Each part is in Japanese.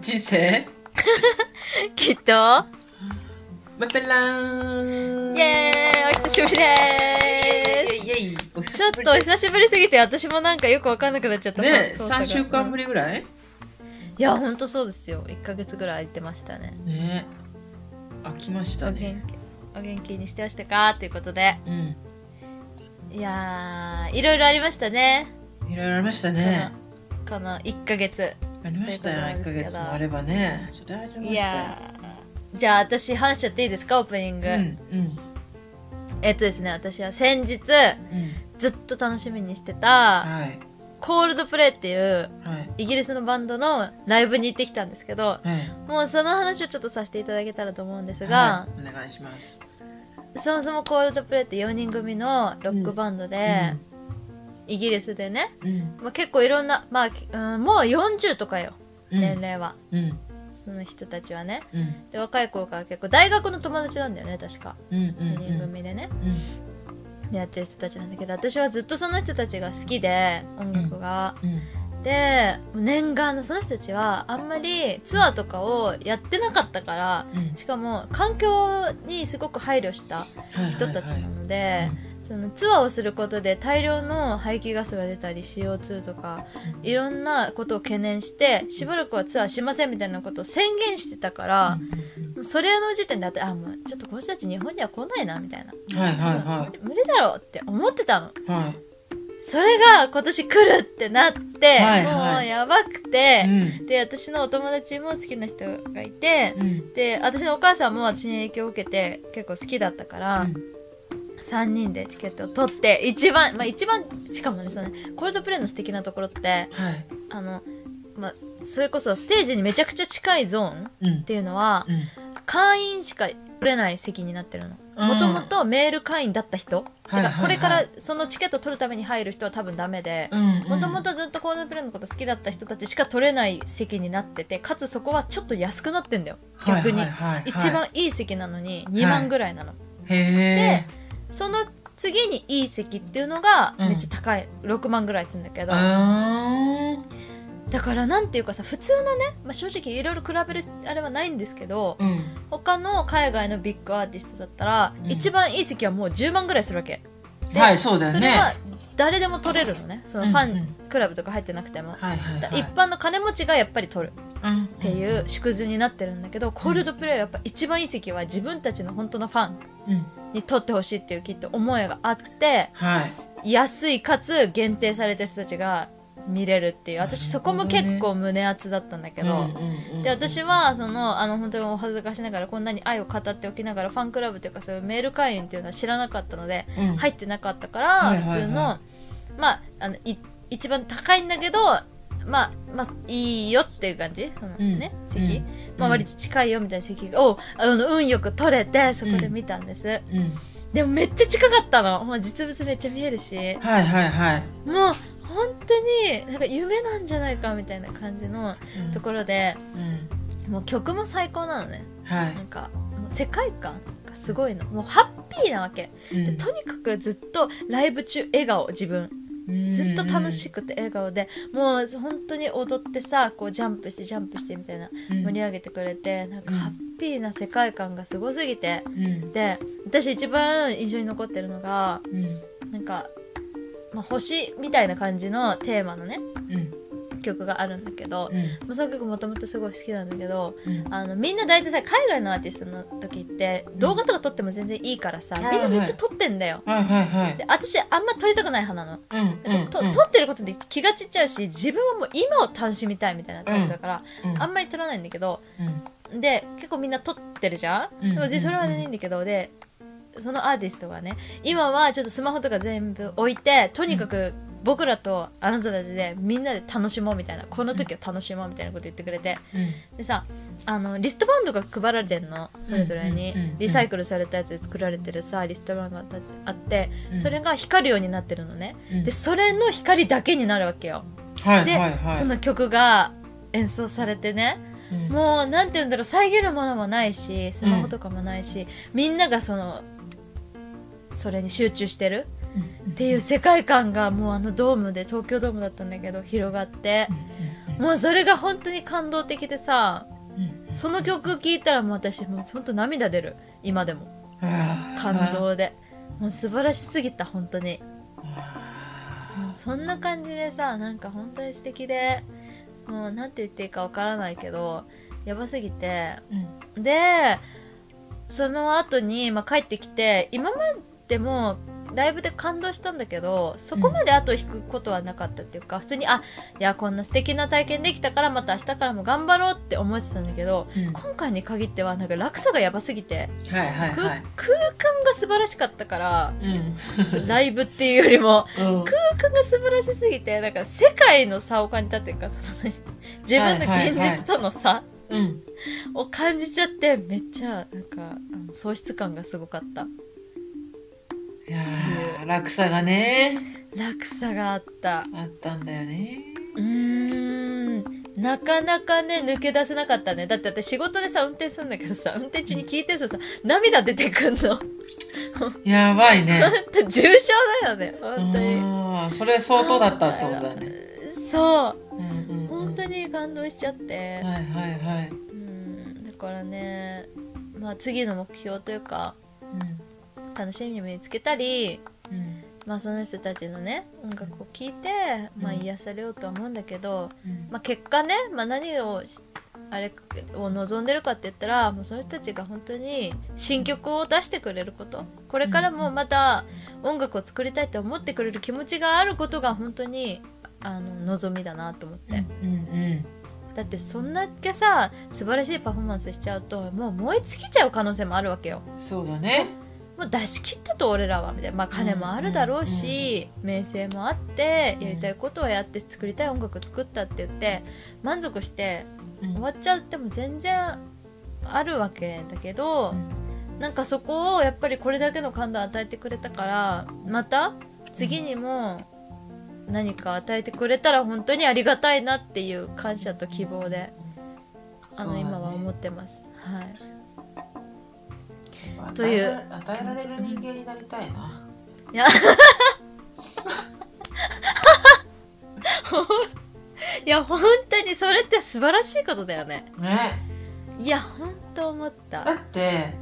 人生きっとバペラーンイエーイお久しぶりですイエイイエイおち久ょっしぶりとお久しぶりすぎて私もなんかよくわかんなくなっちゃったね操作三が週間ぶうんりぐらいいやほんとそうですよ1ヶ月ぐらい空いてましたねね飽きましたお元気ねお元気にしてましたかということでうんいやーいろいろありましたねいろいろありましたねこの1ヶ月ありましたよとい1うこヶとなんですけど月もあればねそれありましたよいやーじゃあ私話しちゃっていいですかオープニング、うんうんえっとですね私は先日うんずっと楽しみにしてたはいコールドプレイっていうはいイギリスのバンドのライブに行ってきたんですけどはいもうその話をちょっとさせていただけたらと思うんですはが、いお願いしますそもそもコールドプレイって4人組のロックバンドで、イギリスでね、うんまあ、結構いろんな、まあきうん、もう40とかようん年齢は、うんその人たちはねうんで若い子が結構大学の友達なんだよね確かうんうん4人うん組でね、うんでやってる人たちなんだけど私はずっとその人たちが好きで音楽が、うんで念願のその人たちはあんまりツアーとかをやってなかったからうんしかも環境にすごく配慮した人たちなので、いはいうんそのツアーをすることで大量の排気ガスが出たり CO2 とかいろんなことを懸念してしばらくはツアーしませんみたいなことを宣言してたから、それの時点であってあもうちょっとこの人たち日本には来ないなみたいな、はいはいは無理だろうって思ってたの。いはいそれが今年来るってなって、はいはいもうやばくて、うんで私のお友達も好きな人がいて、うんで私のお母さんも私に影響を受けて結構好きだったから、3人でチケットを取って一番まあ一番しかもねそのねコールドプレイの素敵なところってはいあの、まあ、それこそステージにめちゃくちゃ近いゾーンっうんていうのはうん会員しか取れない席になってるうの。んもともとメール会員だったは人、いはいはいてかこれからそのチケット取るために入る人は多分ダメで、ももともとずっとコールドプレイのこと好きだった人たちしか取れない席になっててかつそこはちょっと安くなってんだよ逆に、一番いい席なのに2万ぐらいなの、へえその次にいい席っていうのがうんめっちゃ高い、6万ぐらいするんだけどあだからなんていうかさ普通のね、まあ、正直いろいろ比べるあれはないんですけどーうん他の海外のビッグアーティストだったら、うん一番いい席はもう10万ぐらいするわけではいそうだよそれはね誰でも取れるのねそのファうんうんンクラブとか入ってなくても、はいはいだはい一般の金持ちがやっぱり取るうんっていう縮図になってるんだけど、コールドプレイはやっぱ一番いい席は自分たちの本当のファンうんに取ってほしいっていうきっと思いがあってはい安いかつ限定された人たちが見れるっていう私そこも結構胸熱だったんだけど。うんうんうんで私はそのあの本当にお恥ずかしながらこんなに愛を語っておきながらファンクラブというかそういうメール会員っていうのは知らなかったのでうん入ってなかったかはらいはいはい普通のまああのい一番高いんだけどまあまあいいよっていう感じそのうんねう席んまあ割と近いよみたいな席をあの運よく取れてそこで見たんですうんでもめっちゃ近かったのもう実物めっちゃ見えるしはいはいはいもう本当になんか夢なんじゃないかみたいな感じのところでうんもう曲も最高なのねはなんかもう世界観がすごいのもうハッピーなわけいでとにかくずっとライブ中笑顔自分ずっと楽しくて笑顔でもう本当に踊ってさこうジャンプしてジャンプしてみたいな盛り上げてくれてなんかうんハッピーな世界観がすごすぎてうんうんで私一番印象に残ってるのがなんか、まあ、星みたいな感じのテーマのねうん曲があるんだけど、うんまあ、その曲もともとすごい好きなんだけどうんあのみんな大体さ海外のアーティストの時って動画とか撮っても全然いいからさみんなめっちゃ撮ってんだよ。はいはいはいで私あんま撮りたくない派なの。うんなんかと撮ってることで気が散っちゃうし自分はもう今を楽しみたいみたいなタイプだから、うんうんあんまり撮らないんだけどうんで結構みんな撮ってるじゃうん、んでも別にそれは全然いいんだけどでそのアーティストがね今はちょっとスマホとか全部置いてとにかく僕らとあなたたちでみんなで楽しもうみたいなこの時を楽しもうみたいなこと言ってくれてうんでさあのリストバンドが配られてんのそれぞれに、うんうんうんうんリサイクルされたやつで作られてるさリストバンドがあってうんそれが光るようになってるのね、うんでそれの光だけになるわけよはいで、はいはいその曲が演奏されてねうんもうなんて言うんだろう遮るものもないしスマホとかもないし、みんながそのそれに集中してるっていう世界観がもうあのドームで東京ドームだったんだけど広がって、うんうんうんもうそれが本当に感動的でさうんその曲聴いたらもう私もう本当涙出る今でもあー感動でもう素晴らしすぎた本当にあもうそんな感じでさなんか本当に素敵でもうなんて言っていいかわからないけどやばすぎてーうんでその後にまあ、帰ってきて今までもライブで感動したんだけどそこまで後を引くことはなかったっていうか、普通にあいやこんな素敵な体験できたからまた明日からも頑張ろうって思ってたんだけどうん今回に限ってはなんか落差がやばすぎて、はいはいくはい空間が素晴らしかったからうんライブっていうよ りもうん空間が素晴らしすぎてなんか世界の差を感じたっていうかその何自分のはいはいはい現実との差、うんを感じちゃってめっちゃなんかあの喪失感がすごかったいやー落差がね落差があったあったんだよねうーんなかなかね抜け出せなかったねだって私仕事でさ運転するんだけどさ運転中に聞いてるとさ涙出てくんのほんやばいねと重症だよね本当にうんそれ相当だったってことだねそううんうんうん本当に感動しちゃってはいはいはいうんだからねまあ次の目標というか楽しみを見つけたりうんうんまあ、その人たちのね音楽を聴いて、まあ、うん癒されようとは思うんだけど、うんまあ、結果ね、まあ、何をしあれを望んでるかって言ったらもうその人たちが本当に新曲を出してくれることこれからもまた音楽を作りたいって思ってくれる気持ちがあることが本当にあの望みだなと思って、うんうんだってそんだけさ素晴らしいパフォーマンスしちゃうともう燃え尽きちゃう可能性もあるわけよ。そうだねもう出し切ったと俺らはみたいな、まあ、金もあるだろうし、名声もあってやりたいことをやって作りたい音楽作ったって言って満足してうん終わっちゃっても全然あるわけだけど、なんかそこをやっぱりこれだけの感動を与えてくれたからまた次にも何か与えてくれたら本当にありがたいなっていう感謝と希望でそあうのだね今は思ってます。はいと与いえうら与えられる人間になりたいないや いや本当にそれって素晴らしいことだよねねいや本当思っただって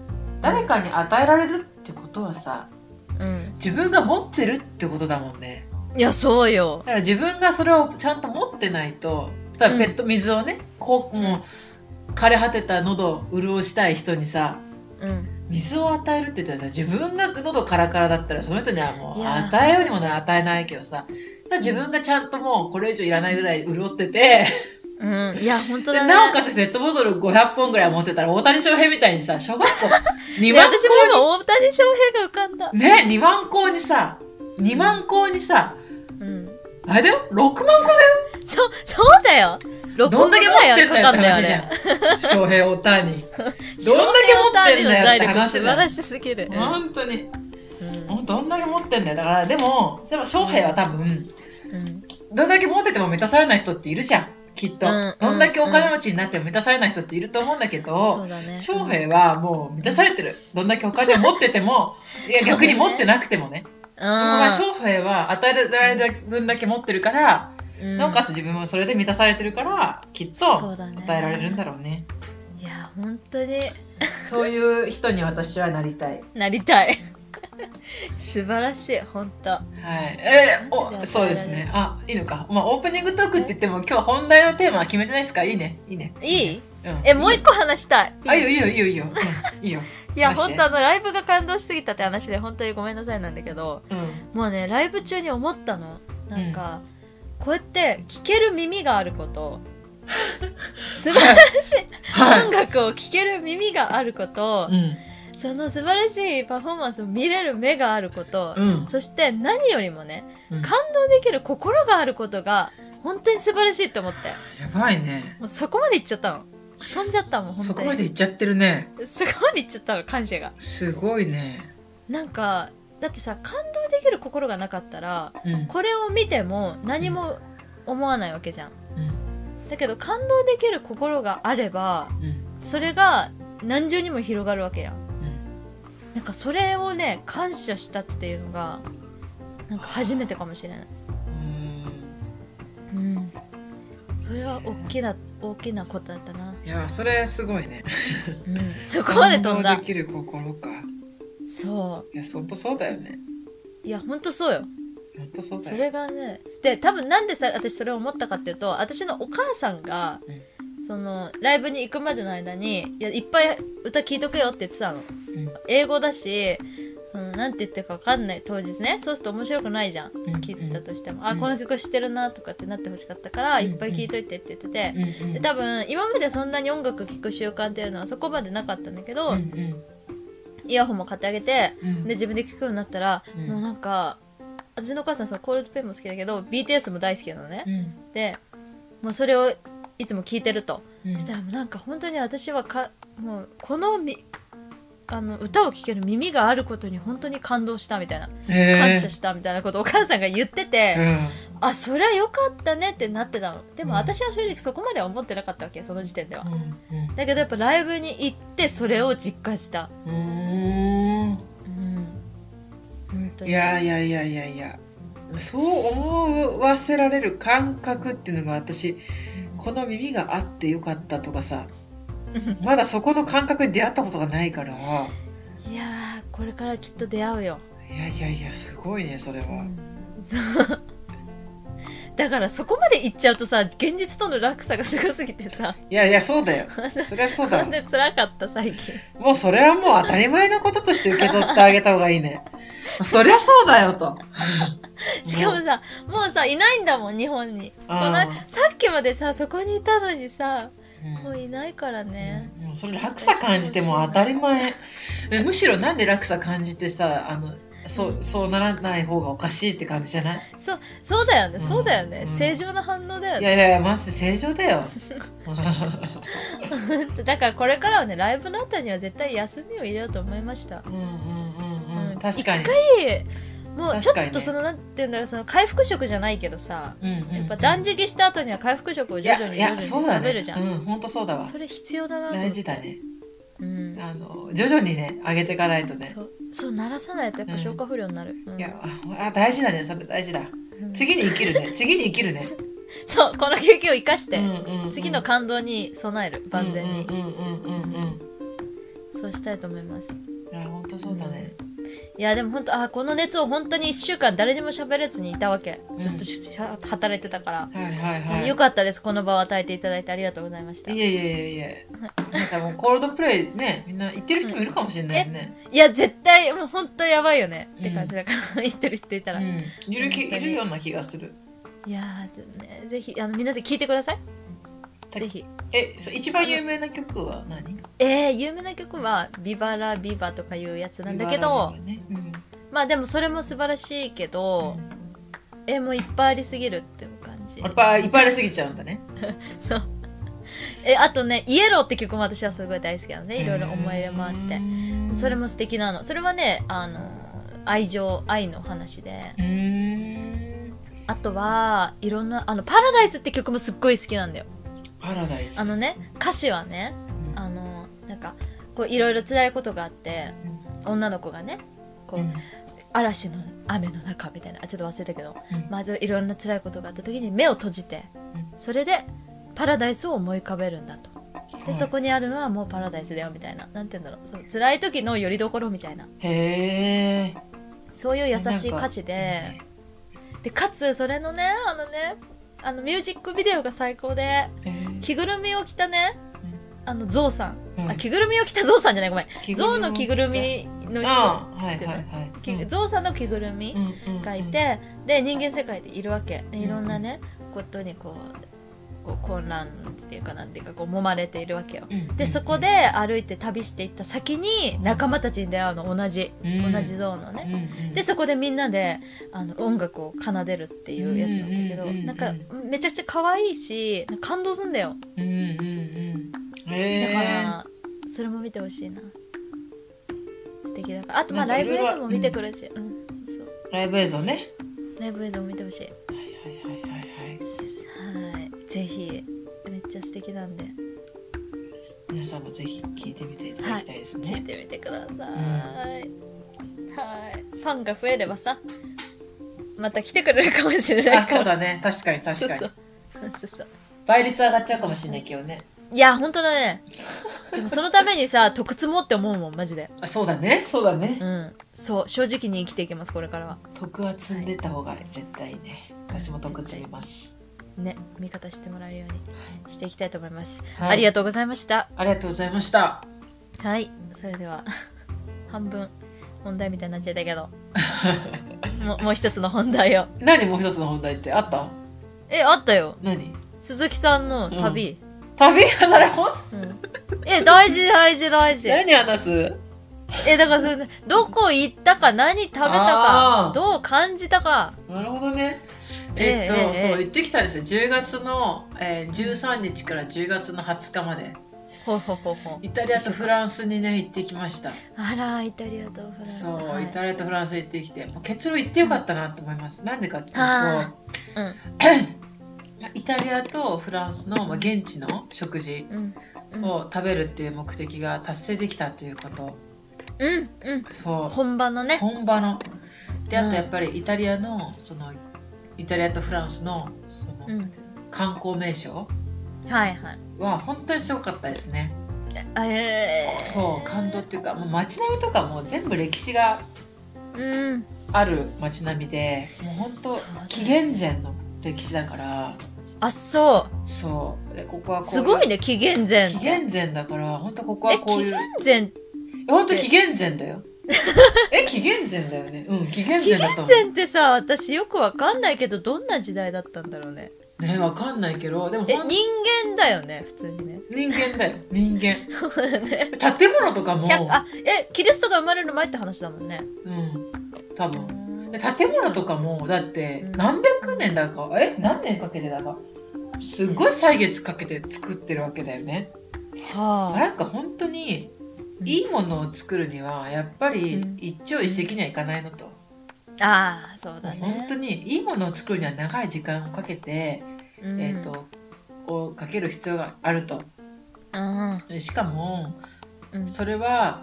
誰かに与えられるってことはさうん自分が持ってるってことだもんねいやそうよだから自分がそれをちゃんと持ってないと例えばペット水をね、こうもう枯れ果てた喉を潤したい人にさうん水を与えるって言ったらさ自分が喉カラカラだったらその人にはもいうやー与えようにもな与えないけどさ自分がちゃんともうこれ以上いらないぐらい潤ってて、うんいや本当でだねなおかつペットボトル500本ぐらい持ってたら大谷翔平みたいにさ小学校2 い万や私も今大谷翔平が浮かんだ校ね2万校にさ2万校にさうんあれだよ6万校そそうだよ6どんだけ持ってんだよって話じゃねん。 翔平オタニ。翔平どんだけ持ってんだよって大谷の財力素話晴だよらしすぎる、う本当に。んもうどんだけ持ってんだよ。だから、でも、でも翔平は多分、うんどんだけ持ってても満たされない人っているじゃん。きっと。うんどんだけお金持ちになっても満たされない人っていると思うんだけそどう、だね翔平はもう満たされてる。どんだけお金持ってて も、いや逆に持ってなくてもね。僕は翔平は与えられる分だけ持ってるから、うんなおかつ自分もそれで満たされてるから、きっそとうだね与えられるんだろうね。いや本当にそういう人に私はなりたい。なりたい 素晴らしい本当はい、えなんで与えられー、るおそうですねあいいのか、まあ、オープニングトークって言っても今日本題のテーマは決めてないですからいいねいいねいいうんえもう一個話したいあいいよいいよいいよいいよ、うん、いいよいや話して本当あのライブが感動しすぎたって話で本当にごめんなさいなんだけどうんもうねライブ中に思ったのなんか、こうやって聴ける耳があること素晴らしいはい音楽を聴ける耳があること、うんその素晴らしいパフォーマンスを見れる目があること、うんそして何よりもねうん感動できる心があることが本当に素晴らしいと思って。やばいねもうそこまで行っちゃったの飛んじゃったもん本当にそこまでいっちゃってるねそこまで行っちゃったの感謝がすごいねなんかだってさ感動できる心がなかったらうんうんこれを見ても何も思わないわけじゃんだけど感動できる心があればうんそれが何重にも広がるわけやんうんなんかそれをね感謝したっていうのがなんか初めてかもしれない、うんうん、そそれは大きな大きなことだったな、いやそれすごいねうん、そこまで飛ん反応だできる心かそいやほんとそうだよねういやほんとそうよほんとそうだそよれがねで多分なんでさ私それを思ったかっていうと私のお母さんが、そのライブに行くまでの間にいやいっぱい歌聴いとくよって言ってたのうん英語だしそのなんて言ってるか分かんない当日ねそうすると面白くないじゃんうん聴いてたとしても、うあんこの曲知ってるなとかってなってほしかったから、うんいっぱい聴いといてって言ってて、うんうんで多分今までそんなに音楽聴く習慣っていうのはそこまでなかったんだけど、うんうんイヤホンも買ってあげてうんで自分で聴くようになったら、うんもうなんか私のお母さんそのコールドペンも好きだけど BTS も大好きなのねう、んでもうそれをいつも聴いてると、うんそしたらもうなんか本当に私はかもうこのみあの歌を聴ける耳があることに本当に感動したみたいなへー感謝したみたいなことをお母さんが言ってて、うんあそりゃ良かったねってなってたのでもうん私は正直そこまでは思ってなかったわけその時点では、うんだけどやっぱライブに行ってそれを実感したうんううん本ーん当にいやいやいやいやいやそう思わせられる感覚っていうのが私この耳があってよかったとかさまだそこの感覚に出会ったことがないからいやーこれからきっと出会うよ、いやいやいやすごいねそれは、そう だからそこまで行っちゃうとさ現実との落差がすごすぎてさいやいやそうだよそりゃそうだこわんな辛かった最 近もうそれはもう当たり前のこととして受け取ってあげた方がいいねそりゃそうだよ としかもさもうさいないんだもん日本にこのあさーっきまでさそこにいたのにさうんもういないからね、もうそれ落差感じても当たり前えむしろなんで落差感じてさあのそうそうならない方がおかしいって感じじゃないそうそうだよね、うんそうだよね、うん正常な反応だよいねやいやいやマジ正常だよ だからこれからはねライブの後には絶対休みを入れようと思いました、うんうんうんううんん確かにでもうち確ょかにっねとその、なんていうんだろうその回復食じゃないけどさうんうんうんやっぱ断食した後には回復食をい徐々やいやに徐々にそうだ食べるねじゃん、うん本当そうだわそれ必要だなと思って大事だねうん、あの徐々にね上げていかないとねそうそう鳴らさないとやっぱ消化不良になる、うんいやあ大事だねそれ大事だうん次に生きるね次に生きるねそうこの休憩を生かして、うんうんうん次の感動に備える万全に、うんうんうんうんうんそうしたいと思いますいや本当そうだねいやでも本当あこの熱を本当に1週間誰にも喋れずにいたわけんずっとし、しゃ働いてたから、はいはいはいよかったですこの場を与えていただいてありがとうございましたいいやいやいやいや。皆さんもうコールドプレイね、みんな行ってる人もいるかもしれないよね。や絶対もう本当やばいよね、うんって感じだから言ってる人いたうら、ん。いるき本当いにるような気がする。いやーぜ,、ね、ぜひあの皆さん聞いてくださいぜひえ、そう一番有名な曲は何？えー、有名な曲は「ビバラビバ」とかいうやつなんだけど、ねうんまあでもそれも素晴らしいけど、えもういっぱいありすぎるっていう感じいっぱいいっぱいありすぎちゃうんだね。 そう。え、あとね、イエローって曲も私はすごい大好きなので、いろいろ思い入れもあって。それも素敵なの。それはね、あの、愛情、愛の話で。うーん。あとは、いろんな、あの、パラダイスって曲もすっごい好きなんだよ。パラダイス。あのね、歌詞はね、あの、なんか、こう、いろいろ辛いことがあって、女の子がね、こうんう、嵐の雨の中みたいなあちょっと忘れたけど、うんまずいろんな辛いことがあった時に目を閉じて、それでパラダイスを思い浮かべるんだとで、はいそこにあるのはもうパラダイスだよみたいななんて言うんだろうその辛い時のよりどころみたいなへえ。そういう優しい歌詞でなんかでかつそれのねあのねあのミュージックビデオが最高でうんうん着ぐるみを着たねあのゾウさん、うんあ着ぐるみを着たゾウさんじゃないごめん着ぐるみをゾウ着たの着ぐるみの人、ああ、はいはいはい。きゾウさんの着ぐるみ、がいてで人間世界でいるわけでいろんなねことにこうこう混乱っていうかなんていうかこう揉まれているわけよでそこで歩いて旅していった先に仲間たちに出会うの同じうん同じゾーンのねででそこでみんなであの音楽を奏でるっていうやつなんだけどうんうんうんうんなんかめちゃくちゃ可愛いし感動すんだようんうんうん。へだえ。からそれも見てほしいな素敵だからあとまあなラんイかブいろいろ映像も見てくるしうんそうそうライブ映像ね。ライブ映像も見てほしいはいはいはいはいはい。はい、ぜひめっちゃ素敵なんで皆さんもぜひ聞いてみていただきたいですね。聞いてみてください。はい、ファンが増えればさ、また来てくれるかもしれないから。あそうだね確かに確かに そうそうそうそう倍率上がっちゃうかもしれないけどね。いや、ほんとだね。でもそのためにさ、 得積もって思うもん、マジで。あそうだね、そうだね。うん。そう、正直に生きていきます、これからは。徳は積んでた方が絶対ね。私も徳積みます。ね、味方してもらえるようにしていきたいと思います。はいありがとうございました。ありがとうございました。はい、それでは、 半分、本題みたいになっちゃった けど。ももう一つの本題を。何もう一つの本題ってあったえ、あったよ。何鈴木さんの旅。旅離れ本うんえ、大事、大事、大事。何話すえ、だからそれ、どこ行ったか、何食べたあかー、どう感じたか。なるほどね。えええっと、ええそええう、行ってきたんですよ。10月の、えー13日から10月の20日まで。ほうほうほうほう。イタリアとフランスにね、行ってきました。あら、イタリアとフランス。そう、はいイタリアとフランス行ってきて、もう結論行ってよかったなと思い ます。なんでかっていうと、あうん、イタリアとフランスの、まあ、現地の食事うん、うん、を食べるっていう目的が達成できたということ。うん、うん。そう。本場のね。本場のであうんとやっぱりイタリアのそのイタリアとフランスのそのうん。観光名所はいはい。は本当にすごかったですね、あえー、そう感動っていうかもう街並みとかも全部歴史がうん。ある街並みでもう本当そうだね紀元前の歴史だからあ、そう。そうでここはこうすごいね、紀元前。紀元前だから本当ここえ、はこう紀いう元本当紀元前だよ え紀元前だよねうん紀元前。紀前元だと思う前ってさ、私よくわかんないけど、どんな時代だったんだろうね。ねわかんないけどでもえ、ほん人間だよね、普通にね。人間だよ人間そうだね。建物とかも、 100あ、え、キリストが生まれる前って話だもんね。うん、多分で建物とかもだってうん何百年だかえ何年かけてだかすごい歳月かけて作ってるわけだよね。はなんか本当にいいものを作るにはやっぱりうん一朝一夕にはいかないのと、あ。ああ、そうだね。本当にいいものを作るには長い時間をかけて、うんえっ、とをかける必要があるとうんでしかもうんそれは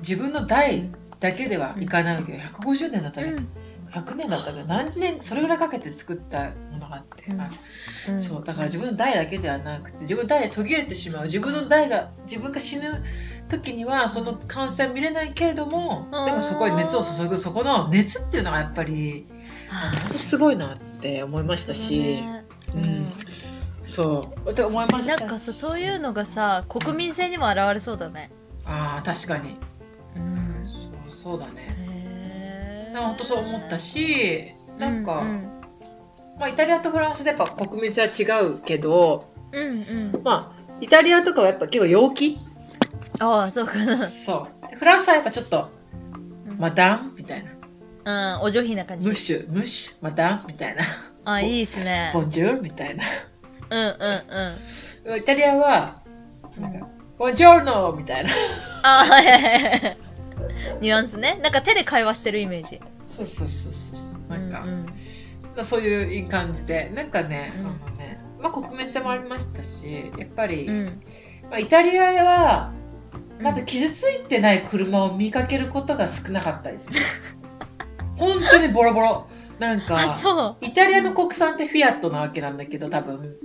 自分の代だけではいかないわけよ150年だったらうん100年だったけど何年それぐらいかけて作ったものがあって、うんうんそうだから自分の代だけではなくて自分の代で途切れてしまう自分の代が自分が死ぬ時にはその完成は見れないけれどもうんでもそこに熱を注ぐそこの熱っていうのがやっぱりああ本あ当すごいなって思いましたそうしねうんそうって思いましなたんかさそういううのがさ国民性にも現れそうだね。ああ確かにうんそうそうだねへえ本当そう思ったしなんか、うまあ、イタリアとフランスでやっぱ国民性は違うけどうんうんまあ、イタリアとかはやっぱ結構陽気ああそうかな、そう。フランスはやっぱちょっと、マダンみたいな。うんお上品な感じムッシュ、ムッシュ、マダンみたいな。あいいっすねボンジュールみたいな。うんうんうんイタリアは、なんか、ボンジョルノみたいな。あはいはいはいはいニュアンスねなんか手で会話してるイメージそうそうそうそう。なんかう、んそういういい感じで、なんかね、うんあのね、まあ国民性もありましたし、やっぱり、うんうんまあ、イタリアは、うんまず傷ついてない車を見かけることが少なかった ですね。本当にボロボロ。なんか、あそイタリアの国産ってフィアットなわけなんだけど多分、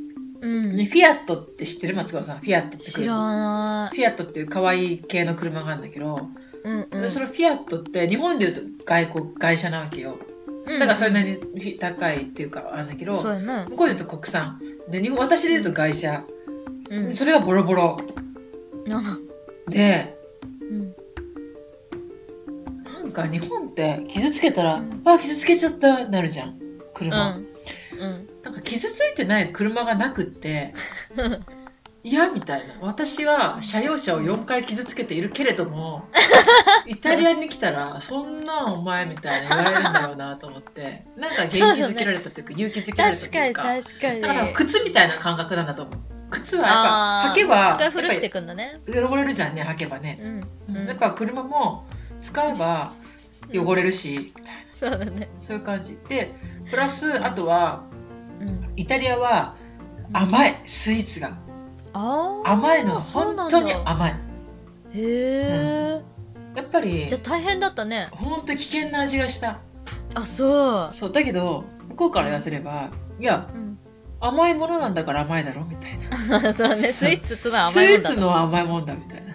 う、うんね、フィアットって知ってる松川さんフィアットって知車らなフィアットっていう可愛い系の車があるんだけど、いうんうんでそのフィアットって日本でいうと外国会社なわけようんだからそれなりに高いっていうかあるんだけど、そうやな向こうで言うと国産で日本私で言うと外車、うんそれがボロボロ あでうんなんか日本って傷つけたら、うんあ傷つけちゃったってなるじゃんうん車、うんなんか傷ついてない車がなくって嫌みたいな私は車用車を4回傷つけているけれど もイタリアに来たらそんなんお前みたいな言われるんだろうなと思ってなんか元気づけられたというか勇気づけられた確といかにうか確かにだから靴みたいな感覚なんだと思う靴はやっぱあ履けば使い古してやっくんだねぱり汚れるじゃんね履けばね、うんうんやっぱ車も使えば汚れるしそうだねそういう感じでプラスあとはうんイタリアは甘いスイーツがあー甘いのはそうな本ん当だに甘いへえ、やっぱりじゃあ大変だったね本当に危険な味がしたあそう、そうだけど向こうから言わせればいやうん、 甘いものなんだから甘いだろみたいな。そうね、スイーツってのはス甘いイーもんだツとのは甘いもんだみたいな。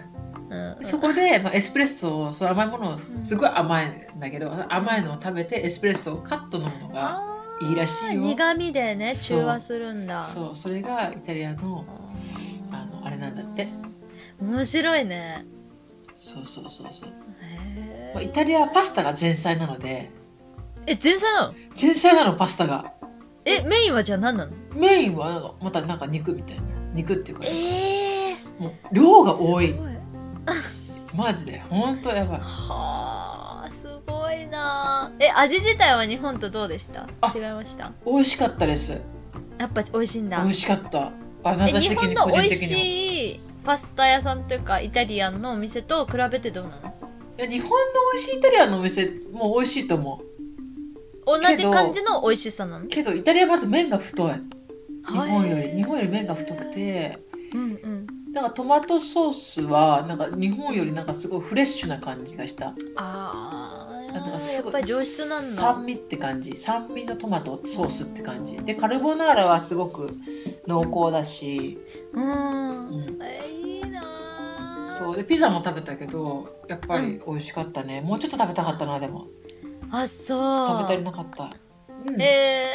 うんうん、そこで、まあ、エスプレッソを、その甘いものを、すごい甘いんだけど、甘いのを食べてエスプレッソをカット飲むのがあいいらしいーよ。苦味でねそう中和するんだそう、それがイタリアの、あの、あれなんだって。面白いねそうそうそうそう。へまあ、ーイタリアはパスタが前菜なので、え前菜なの前菜なの、パスタが。えメインはじゃあ何なのメインはなんか、またなんか肉みたいな。肉っていうか、ええもう量が多い。マジで。ほんとやばい。はあすごいなえ味自体は日本とどうでしたあ違いました美味しかったです。やっぱ美味しいん美だ味しかった。あ、え私日的本に個の人美味的には。しいパスタ屋さんというかイタリアンのお店と比べてどうなのいや日本の美味しいイタリアンのお店も美味しいと思同じ感じの美味しさなのうけどイタリアはまず麺が太い日本よりへー日本より麺が太くてうんうんなんかトマトソースはなんか日本よりなんかすごいフレッシュな感じがしたああなんやかすごっいぱり上質なんだ酸味って感じ酸味のトマトソースって感じでカルボナーラはすごく濃厚だし、うんうん、えいいなーそうでピザも食べたけどやっぱり美味しかったね、もうちょっと食べたかったなでもあそう食べ足りなかった、うん、いえ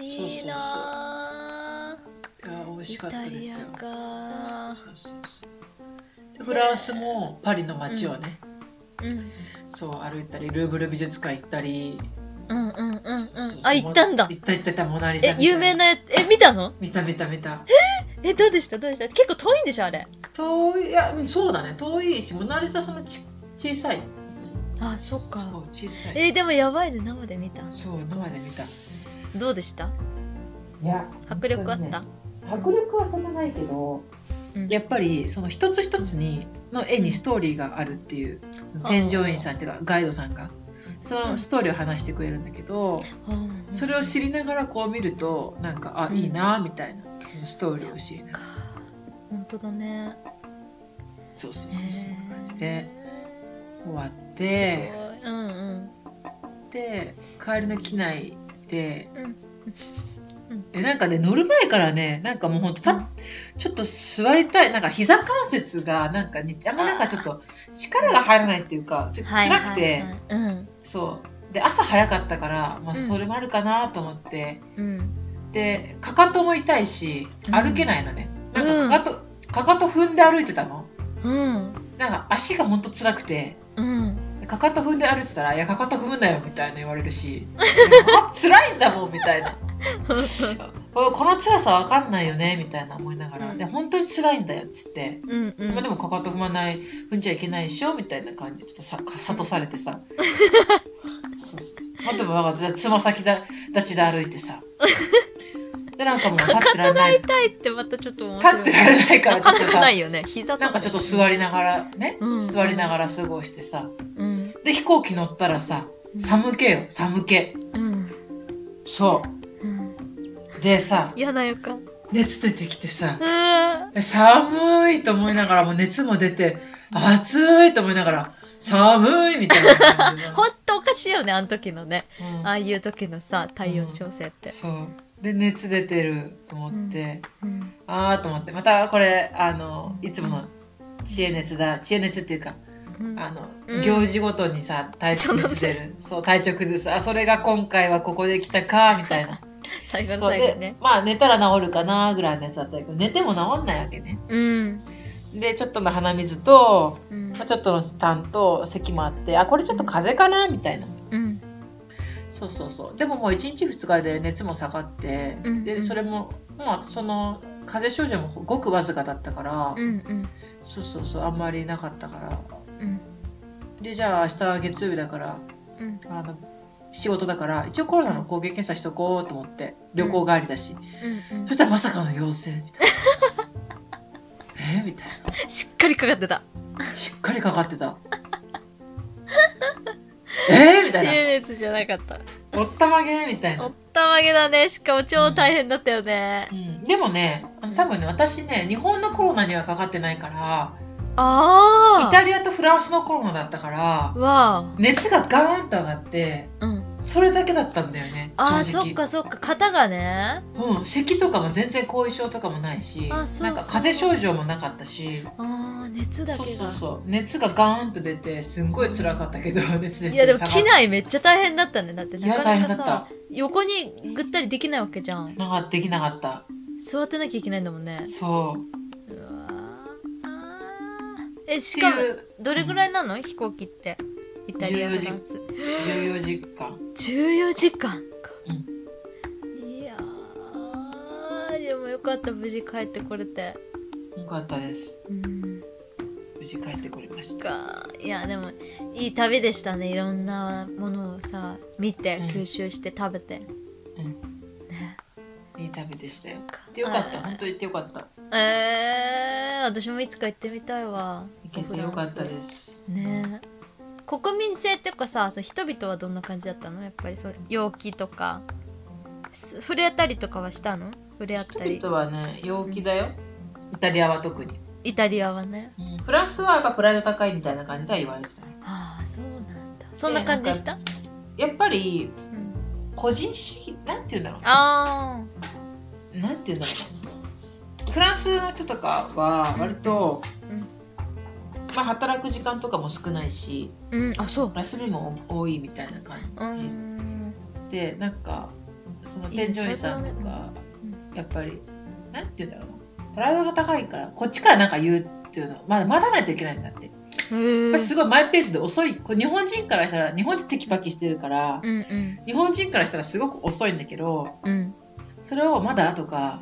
ー、そうそうそういいなや美味ーしかったですよイタリアかそうそうそうでフランスもパリの街をね、うんそう歩いたりルーブル美術館行ったり、うんうんうんうそんうそうそうあ行ったんだ行った行った行ったモナ・リザえ有名なやつえ見たの見た見た見たえどうでしたどうでした結構遠いんでしょあれ遠いいやうんそうだね遠いしモナ・リザそのち小さいあそっそかう小さいえーでもやばいね生で見たそう生で見たいどうでしたや迫力あった、迫力はそんなないけどうんやっぱりその一つ一つにの絵にストーリーがあるっていうあー添乗員さんっていうかガイドさんがそのストーリーを話してくれるんだけど、うんそれを知りながらこう見るとなんかあいいなみたいなそのストーリーを知りながから本当だねそうそうそうそんな感じへで終わっーてうんうんで帰りの機内で、うんうんえなんかね乗る前からねなんかもうほんとた、ちょっと座りたいなんか膝関節がなんかねあんまなんかちょっと力が入らないっていうかちょっとはい辛くて、はいはいうんそうで朝早かったから、まあ、んそれもあるかなと思って。うんでかかとも痛いしうん歩けないのね、なんかかかと、かかと踏んで歩いてたのうんなんか足がほんと辛くてうんかかと踏んで歩いてたら「いやかかと踏むなよ」みたいな言われるし 「あ辛いんだもん」みたいな「ここの辛さわかんないよね」みたいな思いながら「うんで本当に辛いんだよ」っつって。うんうんまあでもかかと踏まない踏んじゃいけないでしょみたいな感じでちょっとさか諭されてさそうそうまあでも分かったじゃあつま先だ立ちで歩いてさでなんかもう立ってられない痛いってまたちょっと面立白いってられないからちょっと危さないよね膝となんかちょっと座りながらね、うん座りながら過ごしてさうんで飛行機乗ったらさ寒気よ寒気うんそうんうでさ嫌な予感熱出てきてさうーんえ寒いと思いながらも熱も出て暑いと思いながら寒いみたいな感じで ほんとおかしいよねあの時のねうんああいう時のさ体温調整ってそうで熱出てると思って、うんああと思ってまたこれあのいつもの知恵熱だ知恵熱っていうかうんあの、うん行事ごとにさ体調崩せるそう体調崩すあそれが今回はここで来たかみたい な最後のそう最後で、にねまあ寝たら治るかなぐらいのやつだったけど寝ても治んないわけねうんでちょっとの鼻水と、うんまあ、ちょっとの痰と咳もあってあこれちょっと風邪かなみたいなうんそうそうそうでももう1日2日で熱も下がって、うんうでんそれもまあその風邪症状もごくわずかだったから、うんうんそうそうそうあんまりなかったからうんでじゃあ明日は月曜日だからうんあの仕事だから一応コロナの抗原検査しとこうと思って旅行帰りだし、うんそしたらまさかの陽性み たいなえみたいしっかりかかってたなしっかりかかって たえー、みた中い熱じゃなかったなおったまげみたいおなっ、たまげだねしかも超大変だったよねうん、でもねあの多分ね私ね日本のコロナにはかかってないからああイタリアとフランスのコロナだったからわ熱がガーンと上がってあうんそれだけだったんだよねああ正そ直っかそっか型がねうん咳とかも全然後遺症とかもないしあそうなんか風邪症状もなかったしああ熱だそうけそうがそう熱がガーンと出てすんごい辛かったけど熱出ていやでも下機がっ内めっちゃ大変だったねだっていなやか大な変だかったさ横にぐったりできないわけじゃんなんかできなかった座ってなきゃいけないんだもんねそううわーあーえしってかもいうどれぐらいなの飛行機ってイタリアフランス14時間14時間か、ういやーでもよかった無事帰ってこれてよかったですうん無事帰ってこれましたかいやでもいい旅でしたねいろんなものをさ見てうん吸収して食べて、うんねいい旅でしたよかでよかったあー本当に行ってよかったえー、私もいつか行ってみたいわ行けてよかったですすね国民性っていうかさそう人々はどんな感じだったのやっぱりそう陽気とかす触れたりとかはしたの触れ合ったり人々はね陽気だよイタリアは特に、イタリアはねうんフランスはやっぱプライド高いみたいな感じでは言われてたねああそうなんだそんな感じでした、やっぱりうん、個人主義なんて言うんだろあうなんて言うんだろうフランスの人とかは割と、うんまあ、働く時間とかも少ないしあうんあそう休みも多いみたいなう感じ、んでなんかそのいいね添乗員さんとそかれねやっぱりなんて言うんだろうなプライドが高いからこっちからなんか言うっていうのはまだ待たないといけないんだってやっへぱえりすごいマイペースで遅いこう日本人からしたら日本人テキパキしてるから、うんうん日本人からしたらすごく遅いんだけどうんそれをまだとか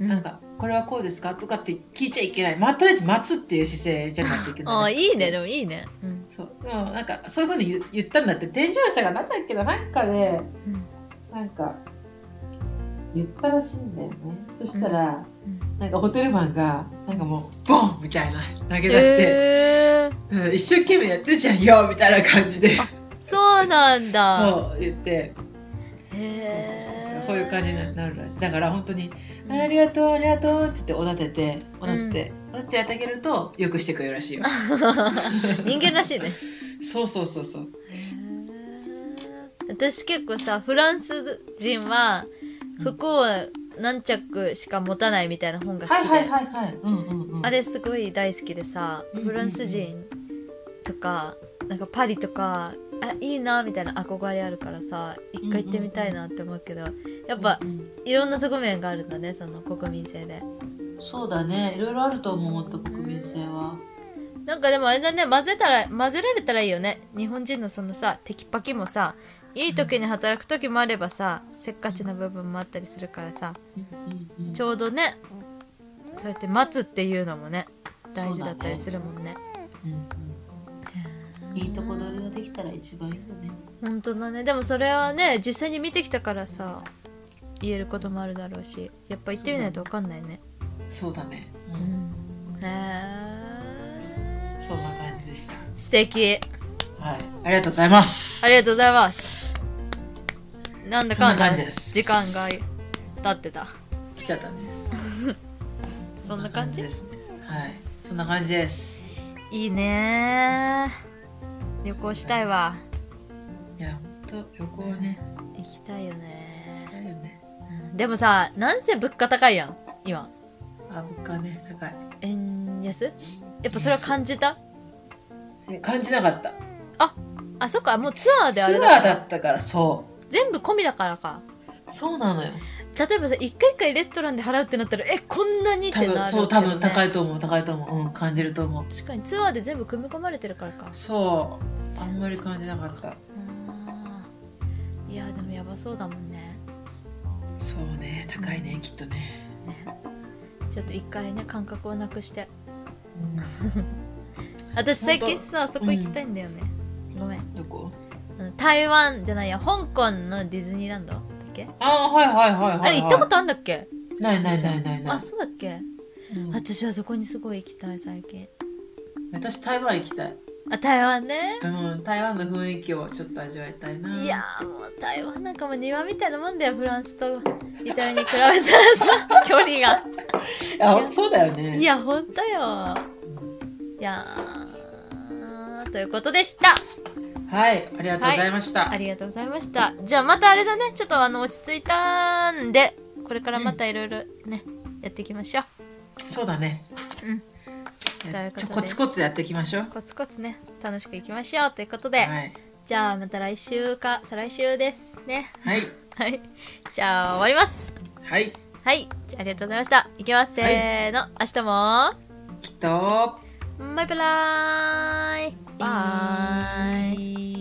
うんなんかこれはこうですかとかって聞いちゃいけない、まあ、とりあえず待つっていう姿勢じゃないといけないああらしくていいねでもいいねうんそうでもなんかそういうふうに言言ったんだって添乗員さんがなんだっけななんかでうんなんか言ったらしいんだよねそしたら、うんなんかホテルマンがなんかもうボンみたいな投げ出して、へえうん一生懸命やってるじゃんよみたいな感じでそうなんだそう言ってへそうえそうそうそうそういう感じになるらしいだから本当に「うんありがとうありがとう」って言っておだてておだてて、おだててやってあげるとよくしてくれるらしいよ人間らしいねそうそうそうそう私結構さフランス人は服を何着しか持たないみたいな本が好はいきで、はいはいはいうんうんうんあれすごい大好きでさうんうんうんフランス人とかなんかパリとかあいいなみたいな憧れあるからさ一回行ってみたいなって思うけどやっぱうんいろんな側面があるんだねその国民性でそうだねいろいろあると思うもっと国民性はなんかでもあれだね混ぜたら混ぜられたらいいよね日本人のそのさテキパキもさいい時に働く時もあればさせっかちな部分もあったりするからさうんうんちょうどねそうやって待つっていうのもね大事だったりするもんねうんうんいいとこ取りができたら一番いいよね本当だねでもそれはね実際に見てきたからさ言えることもあるだろうしやっぱ行ってみないと分かんないねそうだね、ううんへえん、そんな感じでした素敵はいありがとうございますありがとうございますなんだかんそんなだ感じです時間が経ってた来ちゃったねそんな感じですねはいそんな感じですいいねー旅行したいわいや本当旅行はね行きたいよ行きねたいよねうんでもさなんせ物価高いやん今あ物価ね高い円安やっぱそれは感じたえ感じなかったあそっかもうツアーでツあれアだーだったからそ全部込みだからかうそうなのよ例えばさ一回一回レストランで払うってなったらえこんなにっ多てなる分そうけ多どね分高いと思う高いと思ううん感じると思う確かにツアーで全部組み込まれてるからかそうあんまり感じなかったあーいやでもやばそうだもんねそうね高いねきっとね、ねちょっと一回ね感覚をなくしてう私本最当近さそこ行きたいんだよね、ごめんん、どこうん台湾じゃないや香港のディズニーランドだっけああはいはいはいはい、あはい、れ行ったことあんだっけないないないないないあそうだっけうん私はそこにすごい行きたい最近私台湾行きたい、あ台湾ねうん、台湾の雰囲気をちょっと味わいたいないいやーもう台湾なんかもう庭みたいなもんだよフランスとイタリアに比べたら さ距離があそうだよねいやほんとよいやーということでしたはい、ありがとうございました。ありがとうございました。じゃあまたあれだね、ちょっとあの落ち着いたんで、これからまたいろいろね、やっていきましょう。そうだね。うんいといや。うことでちょコツコツやっていきましょう。コツコツね、楽しくいきましょうということで、はい。じゃあまた来週か、再来週ですね。はい。はい。じゃあ終わります。はい。はい。じゃあありがとうございました。いきます。せはいーの。明日も。きっと。バイバーイバイイ